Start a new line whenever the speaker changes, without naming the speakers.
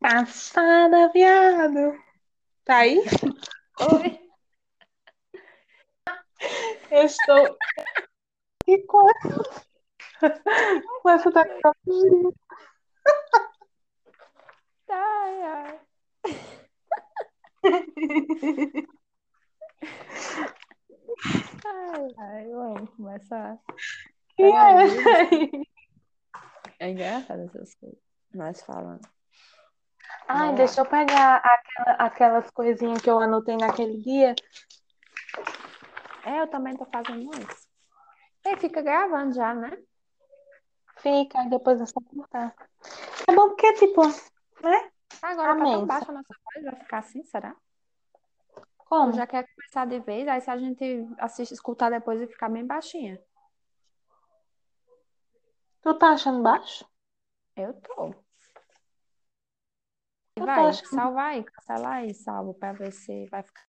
Passada, viado. Tá aí?
Oi?
Eu estou. E com essa. Com essa tecnologia.
Ai, ai. Ai, ai, eu amo começar.
Que é essa aí?
É engraçado essas coisas. Nós falando.
Ai,
Vamos
deixa eu pegar aquela- aquelas coisinhas que eu anotei naquele dia.
É, eu também tô fazendo isso. E fica gravando já, né?
Fica, aí depois é só cortar. É bom porque, tipo,
Agora tá
Amém.
tão baixa a nossa voz, vai ficar assim, será?
como?
Tu já quer começar de vez, aí se a gente assiste, escutar depois e ficar bem baixinha.
Tu tá achando baixo?
Eu tô.
Eu tô
Vai,
achando-
salva aí, cancela aí, salva pra ver se vai ficar.